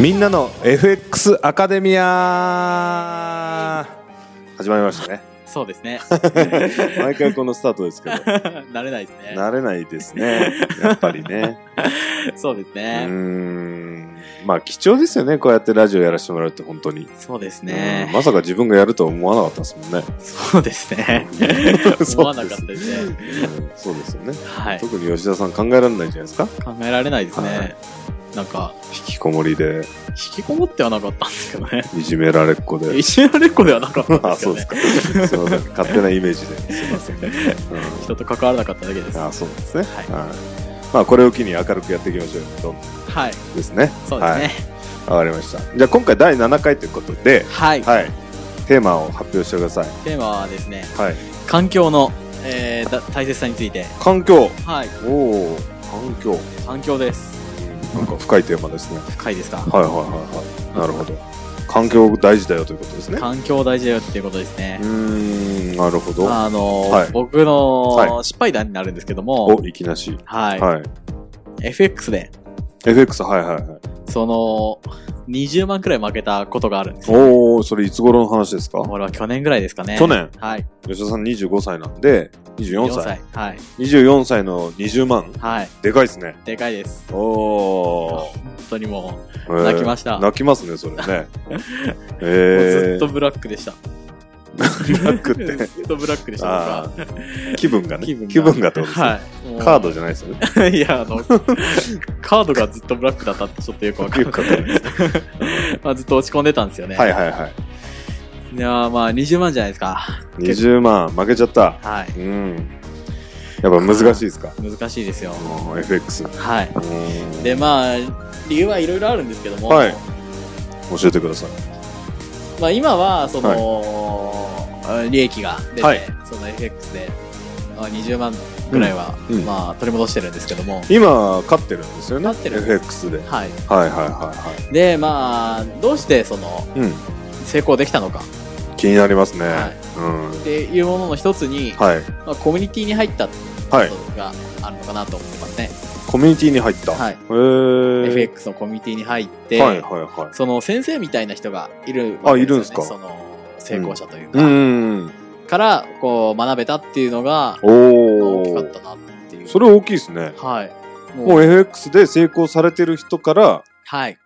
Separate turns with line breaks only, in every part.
みんなの FX アカデミア始まりました ね
そうですね。
毎回このスタートですけど
慣れないですね。
慣れないですねやっぱり ね
そうです
うー
ね。
んまあ貴重ですよねこうやってラジオやらせてもらうって本当に、
そうです
うん
ね。
まさか自分がやるとは思わなかったですもんね。
そうですね 思わなかったですね。
うんそうですよね、
はい。
特に吉田さん考えられないんじゃないですか
考えられないです
は
ね。なんか、
引きこもりで
引きこもってはなかったんですけどね。
いじめられっ子で
いじめられっ子ではなかったんで
あ
すけ
そ
ど
うです
ね。
かすいません勝手なイメージですいま せん、うん
人と関わらなかっただけです。
あそうですね、は
はいい
まあ、これを機に明るくやっていきましょうよどんど
はい。
んですね
そうです
は
ね。
い、わかりましたじゃあ今回第7回ということで、
はい。
はい、テーマを発表してください、
テーマはですね、
はい、
環境の、えーだ大切さについて。
環境
はい。
おお環境
環境です。
なんか深いテーマですね
深いですか
はいはいはいはいなるほど環境大事だよということですね
環境大事だよっていうことですね
うー。んなるほど
あの、
はい
僕
は
の失敗談になるんですけども、
おいきなし
はい。
はい
FX で、
FX はいはいはい
その、20万くらい負けたことがあるんですよ。
おおそれいつ頃の話ですか
これは去年ぐらいですかね。
去年
はい。
吉田さん25歳なんで24歳
4歳。はい。
24歳の20万
はい。
でかいですね
でかいです。
おー
本当にもう、
えー
泣きました
泣きますね、それね。
もう
え
ず
ー、
っとブラックでした。
ブラックって。
ずっとブラックでした。僕
あ
は
ー気分がね。気
気
分
分
が
が
ってことですね。
はい。もう
カードじゃないですよね。
いや、あの、カードがずっとブラックだったってちょっとよくわか ん
よくわかん
ない。まあずっと落ち込んでたんですよね。
はいはいはい。
いやーまあ20万じゃないですか。
20万、負けちゃった。
は
うん。やっぱ難しいですか
い。難しいですよ。
もう FX。う
はい。
ーん
で、まあ、理由はいろいろあるんですけども、
はい教えてください。
まあ今は、その、利益が出て、
はい
その FX で、まあ、20万ぐらいは、
うんうん
まあ取り戻してるんですけども、
今、勝ってるんですよね。
勝ってるんです
FX で。はい
はい。
はいはいは
で、まあ、どうしてその、
い。うん。
成功できたのか
気になりますね。
はいっていうものの一つに、
うん。はい。
まあ、コミュニティに入った
はい。
ことがあるのかなと思ってますね。
コミュニティに入った。
はい
へー。
FX のコミュニティに入って、
はいはいはい。
その先生みたいな人がいる
あ
わけ
いるんす
よ
か
ねその成功者という
う
か、
ん。
からこう学べたっていうのが
お
大きかっ
ー。
たなっていう。
それ大きいですね。
はい。もう
もう FX で成功されてる人から
はい。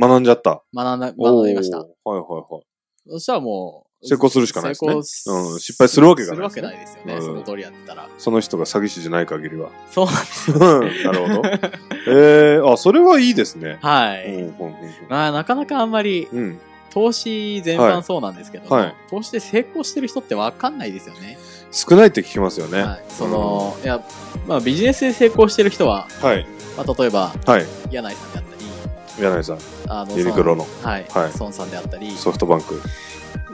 学んじゃった。
学んだ、学びました
おー。はいはいはい。
そしたらもう、
成功するしかないですね
成功す
うん失敗するわけがないですね
するわけないですよね。
うん
その通りやってたら。
その人が詐欺師じゃない限りは。
そうなんです
うん
よ。
なるほど。えー、あ、それはいいですね。
は
うん
い。
うん
まあ、なかなかあんまり、
うんうん。
投資全般そうなんですけど、
はいはい
投資で成功してる人ってわかんないですよね。
少ないって聞きますよね。は
はい。その、いや、まあ、ビジネスで成功してる人は、
い。
まあ、例えば、
はい。
柳井さんであったり、
柳井さん、
あの、
ユニクロの
孫はい。
はい
孫さんであったり、
ソフトバンク、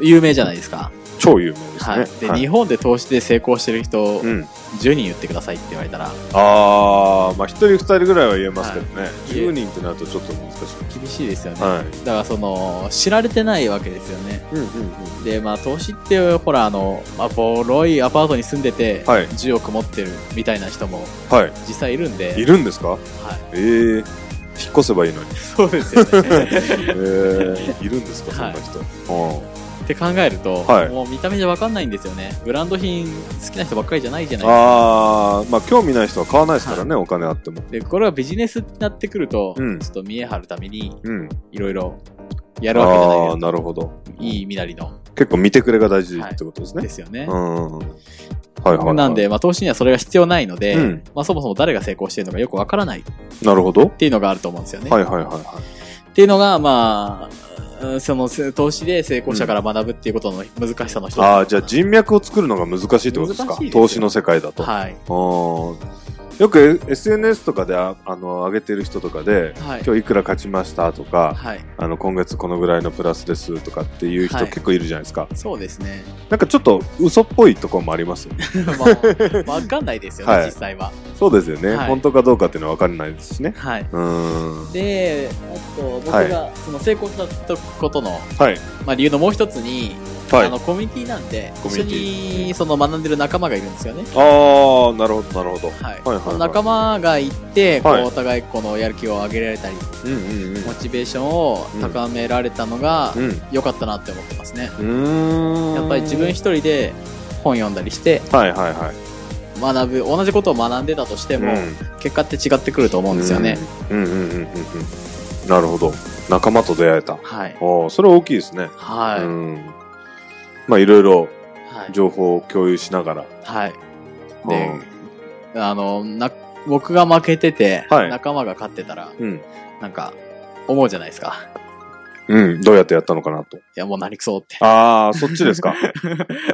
有名じゃないですか。
超有名
はい。
です
で、
ね。はい
日本で投資で成功してる人、
うん。
10人言ってくださいって言われたら、
あー、まあ一人二人ぐらいは言えますけどね。
い
10人ってなるとちょっと難し
厳しいですよね。
い。はい。
だから、その、知られてないわけですよね。
うんうんうん。
で、まあ、投資って、ほら、あの、まあ、ボロいアパートに住んでて、
はい。
10億持ってるみたいな人も
は
実際いるんで、
い。いるんですか
はい。
えー、引っ越せばいいのに。
そうですよ ね。
えー、いるんですか、そん
は
ない人。うん
って考えると、
はい
もう見た目じゃわかんないんですよね。ブランド品好きな人ばっかりじゃないじゃないですか。
ああ、まあ興味ない人は買わないですからね、お金あっても。
で、これはビジネスになってくると、
うん
ちょっと見え張るために、
うん。
いろいろやるわけじゃないで
ああ、
すか。
なるほど。
いい身なりの、
結構見てくれが大事ってことですね
で。すよね。
うん。はいはい。
なん、で、まあ、投資にはそれが必要ないので、
うん。
まあ、そもそも誰が成功してるのかよくわからないっ
なるほど。
ていうのがあると思うんですよね。
はいはいはいは
っていうのが、まあ、うんその投資で成功者から学ぶっていうことの難しさの一
い。
つ。
ああ、じゃあ人脈を作るのが難しいってことですか
難しいですよ
投資の世界だと。あ
はい。
ーよく SNS とかでああの上げてる人とかで、
はい。
今日いくら勝ちましたとか、
はい。
あの今月このぐらいのプラスですとかっていう人
はい
結構いるじゃないですか。
そうで すね。
なんかちょっと嘘っぽいところもありますよね
まあ、わかんないですよね、
はい
実際は。
そうですよね、
はい
本当かどうかっていうのは分からないですしね。
はい。
うーん。
で、あと僕
はい
がその成功したことの、
はい。
まあ、理由のもう一つに、
はい
あのコミュニティなんで、
コミ
一
ュ
緒
ニティ
にその学んでる仲間がいるんですよね。
ああなるほどなるほど
はい。
はいはい
その仲間がいて、こう
はい
お互いこのやる気を上げられたり、
うんうん
モチベーションを高められたのが
うん
良かったなって思ってますね。
うんうーん
やっぱり自分一人で本読んだりして
はいはいはい
学ぶ、同じことを学んでたとしても、
うん
結果って違ってくると思うんですよね。
うんうんうんうんうんなるほど仲間と出会えた
はい。
おーそれは大きいですね
はい。
うんまあいろいろ
はい。
情報を共有しながら
はい。
う
で
ん、
あの、な、僕が負けてて、
はい
仲間が勝ってたら、
うん
なんか、思うじゃないですか。
うん、どうやってやったのかなと。
いや、もう何くそって。
ああ、そっちです か。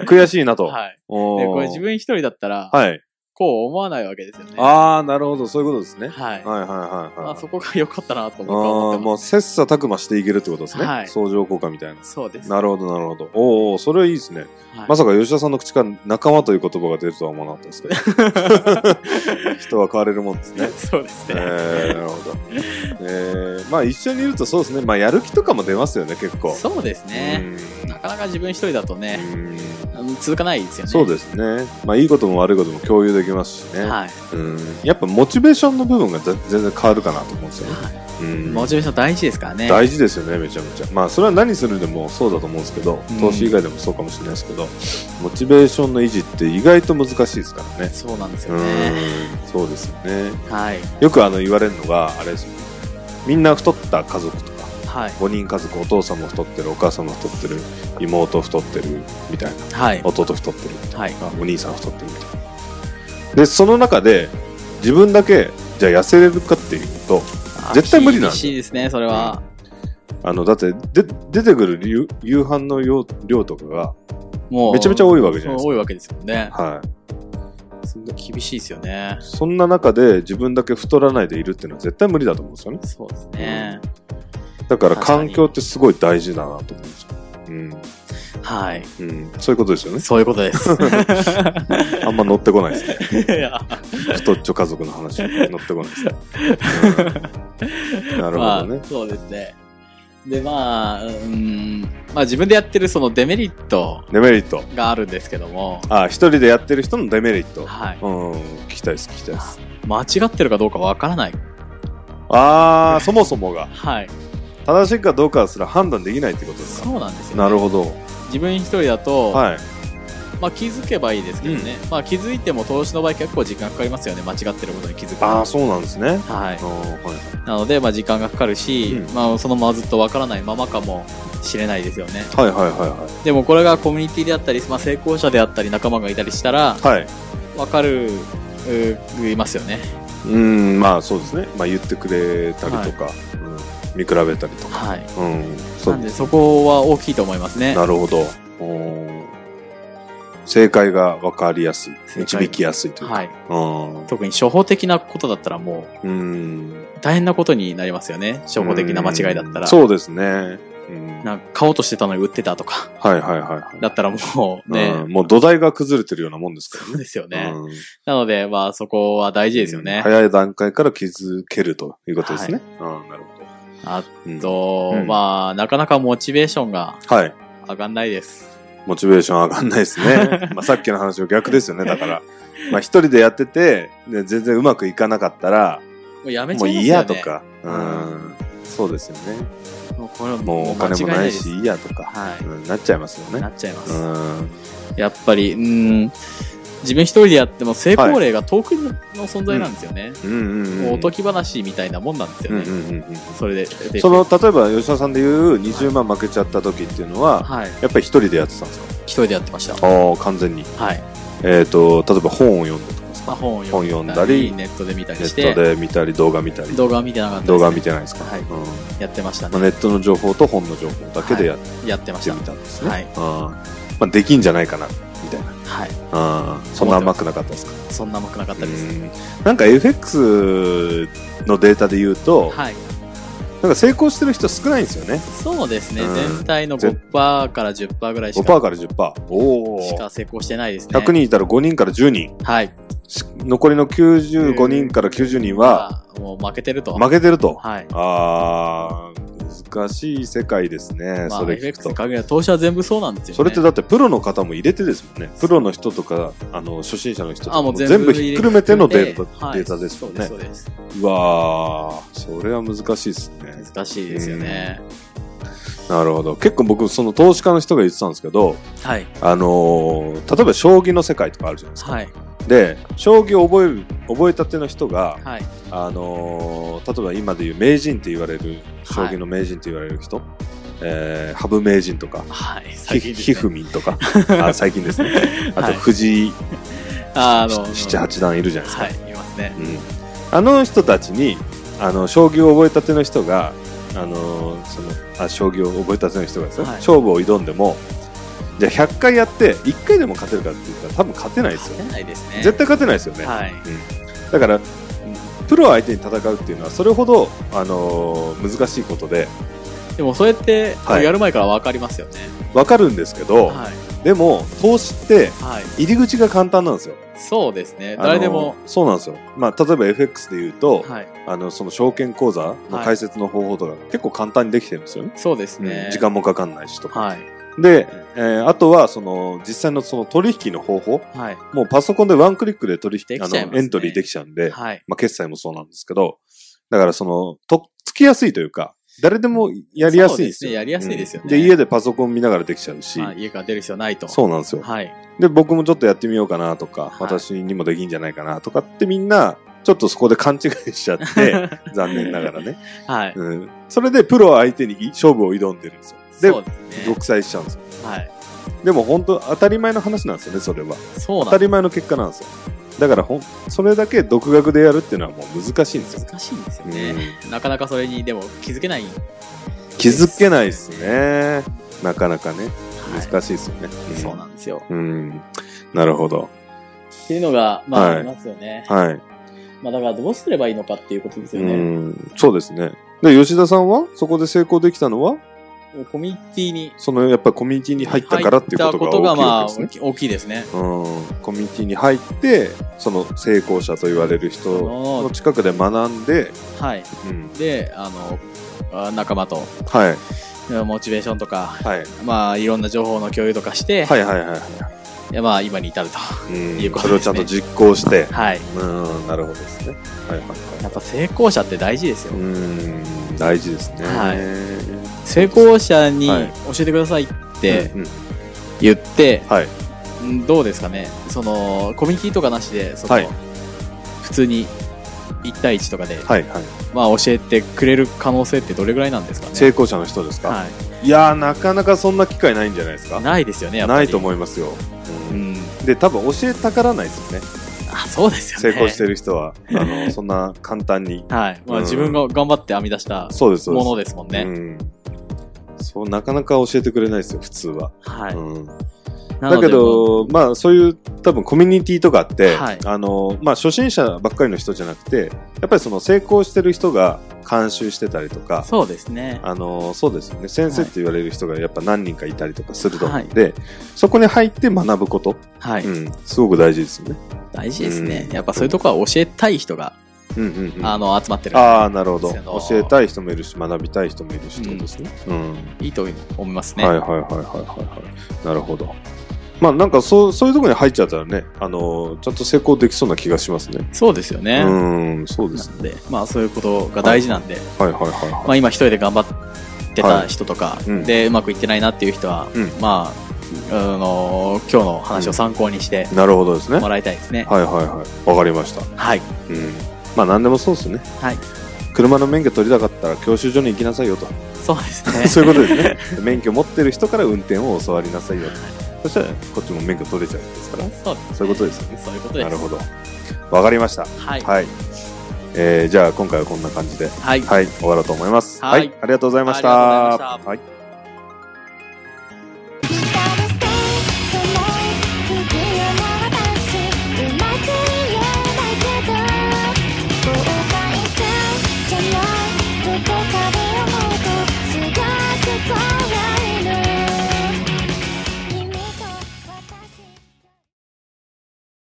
悔しいなと。
はい。
おー
で、これ自分一人だったら、
はい。
こう思わないわけですよね。
ああ、なるほど、そういうことですね。
はい。
はいはいはいはい。
まあ、そこが良かったなと僕は思
あ
っ
あ、
て
も
ま
う切磋琢磨していけるってことですね。
はい
相乗効果みたいな。
す。そうです。
なるほど、なるほど。おーおー、それはいいですね。
はい
まさか吉田さんの口から仲間という言葉が出るとは思わなかったですけど。 人は変われるもんですね。
そうです
え
ね。
ー、なるほど。えー、まあ一緒にいるとそうですね。まあやる気とかも出ますよね、結構。
そうですね。なかなか自分一人だと
う
ね、
ん。うん
あの続かないですよね。
そう
す。
ですね。まあ、いいことも悪いことも共有できますしね。
はい。
うん。やっぱモチベーションの部分がぜ全然変わるかなと思うんですよね。
は
うん
い。モチベーション大事ですからね。
大事ですよね、めちゃめちゃ。まあ、それは何するでもそうだと思うんですけど
うん、
投資以外でもそうかもしれないですけど、モチベーションの維持って意外と難しいですからね。
そうなんですよ
う
ね。
ん。そうですよね。
はい。
よくあの言われるのが、あれですよね。みんな太った家族とか、
はい。
5人家族、お父さんも太ってる、お母さんも太ってる、妹太ってる、みたいな。
はい。
弟太ってる。
はい。
お兄さん太ってるみたいなでその中で自分だけじゃあ痩せれるかっていうと
あ
絶対無理なんだ
厳しいですね、それは。
あのだってで出てくる夕夕飯の量量とかが、
もう。
めちゃめちゃ多いわけじゃないですか
そう多いわけですよね。
はい、
そんな厳しいですよね。
そんな中で自分だけ太らないでいるっていうのは絶対無理だと思うんですよね
そうですね。
だから
確か
環
に
境ってすごい大事だなと思うんですよ
はい。
うん、うん、そういうことですよ ね
そういうこ とです。
あんま乗ってこないですね
いや
太っちょ家族の話乗ってこないですね、うんなるほどね、
まあ、そうですね。で、まあ、うん、まあ自分でやってるそのデメリット
デメリット
があるんですけども、
あ一人でやってる人のデメリット
はい。
うん聞きたいです聞きたいです
間違ってるかどうかわからない。
ああ、そもそもが。
はい。
正しいかどうかすら判断できないってことですか。
そうなんですよ、ね。
なるほど。
自分一人だと、
はい。
まあ気づけばいいですけどね。まあ気づいても投資の場合結構時間かかりますよね。間違ってることに気づくの
ああ、そうなんですね。
は
あ
い
ー。は
なので、まあ時間がかかるし、
うん
まあそのままずっとわからないままかもしれないですよね。
いはいはいは
でもこれがコミュニティであったり、まあ成功者であったり仲間がいたりしたら、
いはい。はい。
わかる、うーいますよね。
うん、まあそうですね。まあ言ってくれたりとか、うん、見比べたりとか。
はい。
うん。そ
なん
う
でそこは大きいと思いますね。
なるほど。おー正解が分かりやすい。導きやすいというか。
はい。
うん
特に初歩的なことだったらもう
うん。
大変なことになりますよね。初歩的な間違いだった
うん
ら。
そうですね。うん。
なんか買おうとしてたのに売ってたとか、
はいはいはい。
だったらもうね、
うんもう土台が崩れてるようなもんですから
そうですよね。
うん
なので、まあそこは大事ですよね。
早い段階から気づけるということですね。ああ、なるほど。
あ
うん
と、
うん
まあなかなかモチベーションが
はい。
上がんないです。
モチベーション上がんないです ね。まあさっきの話は逆ですよね。だから、まあ一人でやってて、で全然うまくいかなかったら、
もうやめち
も
ゃ
う
いますよ
い
ね。
いやと。か、う
うん
ん、そうですよね。
もうこれは
もうお金も
間違
ない
です
し、いいやとか、
は
うんなっちゃいますよ
い。な
ね。
っちゃいま
う
す。
ん。
やっぱり、うん、自分一人でやっても成功例が遠くの存在なんですよね。
うんうんうん。
もうおとき話みたいなもんなんです
う
よ
ん
ね。
うんうんうん
それで出てきて
その、例えば吉田さんで言う20万負けちゃった時っていうのは、
はい。
やっぱり一人でやってたんですか
一人でやってました。
ああ、完全に。
はい。
えっ、と、例えば本を読んでとかです
まあ、
か
本を読ん
本読ん
だり、
だり
ネットで見たり
ネ
して
ット、で見たり、動画見たり。
動画は見てなかったです、ね。
動画は見てないですか、
はい
うんま
やってました
あ
ね。
ネットの情報と本の情報だけでやっ
やってましてた
み。たんですね。
はい
あーまあ、できんじゃないかな、みたいな。
はい。
あーそんな甘くなかったですか
そんな甘くなかったです。
うんなんか FX のデータで言うと、
はい。
なんか成功してる人少ないんですよね。
そうですね。
うん
全体の5%から10%ぐらいし
5%
か
から10%。おお。
しか成功してないですね。
100人いたら5人から10人。
はい。
し残りの95人から90人は
まあもう負けてると。
負けてると。
はい。
あ難しい世界ですね、
まあ、
それ聞く
FX
と
に。限らず投資は全部そうなんですよね。
それってだってプロの方も入れてですもんね。プロの人とか、あの、初心者の人とか
あ
も
もう
全部ひっくるめてのデータ、
はい
データですもんね。
そうです、そう
うわー、それは難しいです
で
ね。
す。難しいですよね。
なるほど。結構僕、その投資家の人が言ってたんですけど、
はい。
あのー例えば将棋の世界とかあるじゃないですか。
はい。
で、将棋を覚える、覚えたての人が、
はい。
あのー例えば今でいう名人って言われる、将棋の名人って言われる人、えー、羽生名人とか、
はい。
ひ
最近です
ひ
ね
ふみんとか、あ最近ですね。 あと、
はい
藤井
あの、
七八段いるじゃないですか。
はい、いますね。
うん、あの人たちにあの将棋を覚えたての人があのーそのあ将棋を覚えたての人がですね、
はい
勝負を挑んでもじゃあ100回やって1回でも勝てるかって言ったら多分勝てないですよ
勝
ね
てないですね。
絶対勝てないですよね、
はい。
だからうんプロ相手に戦うっていうのはそれほど、あのー難しいことで
でも、それって、
はい
やる前から分かりますよね。
分かるんですけど、
はい。
でも投資って
はい。
入り口が簡単なんですよ
そうですね。誰でも
あ、のーそうなんですよ、まあ、例えば FX で言うと、
はい。
あのその証券口座の解説の方法とか、結構簡単にできてるんですよね。
そうですね。
うん時間もかかんないしとか。
はい。
で、えーあとはその実際のその取引の方法、
はい。
もうパソコンでワンクリックで取
で
引、
きちゃいますね
あのエントリーできちゃうんで、
はい。
まあ、決済もそうなんですけど、だからその、とっつきやすいというか、誰でもやりやすいんです
そうです
よ。
ねやりやすいですよね
うんで、家でパソコン見ながらできちゃうし、
まあ、家から出る必要ないと。
そうなんですよ。
はい。
で、僕もちょっとやってみようかなとか、
い
私にもできんじゃないかなとかってみんな、ちょっとそこで勘違いしちゃって、 残念ながらね。
はい。
うん、それでプロ相手に勝負を挑んでるんです
そ
よ
う。です
で、
ね。
独裁しちゃうんですよ。
はい。
でも本当当たり前の話なんですよね、それは。
そ
当
うな
た
んで
り前の結果なんですよ。だからほん、それだけ独学でやるっていうのはもう難しいんですよ
す。。難しいんですよ
うん
ね。なかなかそれに、でも、気づけない。
気づけないですね。なかなかね、
は
難しいですよね。
い。そう
な
なんですよ。
うん。なるほど。
っていうのが、まあ、
はい
ありますよね。
はい。
まあ、だから、どうすればいいのかっていうことですよ
う
ね。
ん。そうですね。で、吉田さんはそこで成功できたのは、
コミュニティに
そのやっぱりコミュニティに入ったからっていうことが大きいわけですね
入ったことがまあ大。き大きいです
う
ね。
ん、コミュニティに入ってその成功者と言われる人
の
の近くで学んで、
はい。
うん、
で、あの、あ仲間と、
はい
モチベーションとか、
はい
まあ、いろんな情報の共有とかして、
はいはいはい、
いやまあ、今に至ると。
うん
いうこ
そ
とですね
れをちゃんと実行して、
はい。
うんなるほどですねはいはいは
やっぱ成功者って大事ですよ
い。うん大事ですね
はい成功者に
はい
教えてくださいって
うんうん
言って、
はい
うんどうですかね、その、コミュニティとかなしで、その、
はい
普通に1対1とかで、
はいはい
まあ、教えてくれる可能性ってどれぐらいなんですかね。
成功者の人ですか、、
はい
やーなかなかそんな機会ないんじゃないですか
い。ないですよね、やっぱり。
ないと思いますよ、う
うんん。
で多分教えたからないですよね
あ、そうですよ
成
ね。
功してる人はあのそんな簡単に
はい。まあ、
うん
自分が頑張って編み出した
そうですそうで
も
す
のですもんね。
うん、そうなかなか教えてくれないですよ普通は、
はい。
うん、
なので
だけ、どまあそういう多分コミュニティとかって、
はい
あのまあ、初心者ばっかりの人じゃなくてやっぱりその成功してる人が監修してたりとか
そうですね。
あのそうですよね先生って言われる人がやっぱ何人かいたりとかすると思うんで、そこに入って学ぶこと、
はい。
うん、すごく大事ですよね。
大事ですね
う。ん
やっぱそういうとこは教えたい人が、
うんうんうん、
あ
あ
の、集まってる。
あーなるほど
その
教えたい人もいるし学びたい人もいるしってことですね。うん
いいと思います
はいはい
ね。
はいはいはいはいなるほどまあなんかそうそういうところに入っちゃったらねあのーちゃんと成功できそうな気がしますね
そうですよね。
う
な
ーんそうですね
ので、まあ、そういうことが大事なんで、
はいはいはいはい、
まあ、今一人で頑張ってた人とか
いうん、
で、うまくいってないなっていう人は
うん、
まあ、あの、今日の話を参考にして
なるほどですね
もらいたいですね。
はいはいはいわかりました
はい。
うんまあ何でもそうですね
はい。
車の免許取りたかったら教習所に行きなさいよと
そうですね。
そういうことですね免許持ってる人から運転を教わりなさいよとそしたらこっちも免許取れちゃうんですから
そうですね
そういうことですよね
そういうことです。
なるほどわかりました
はい。
はい、えーじゃあ今回はこんな感じで
はい。
はい、終わろうと思います。は、
はいい
ありがとうございました。
ありがとうございました
はい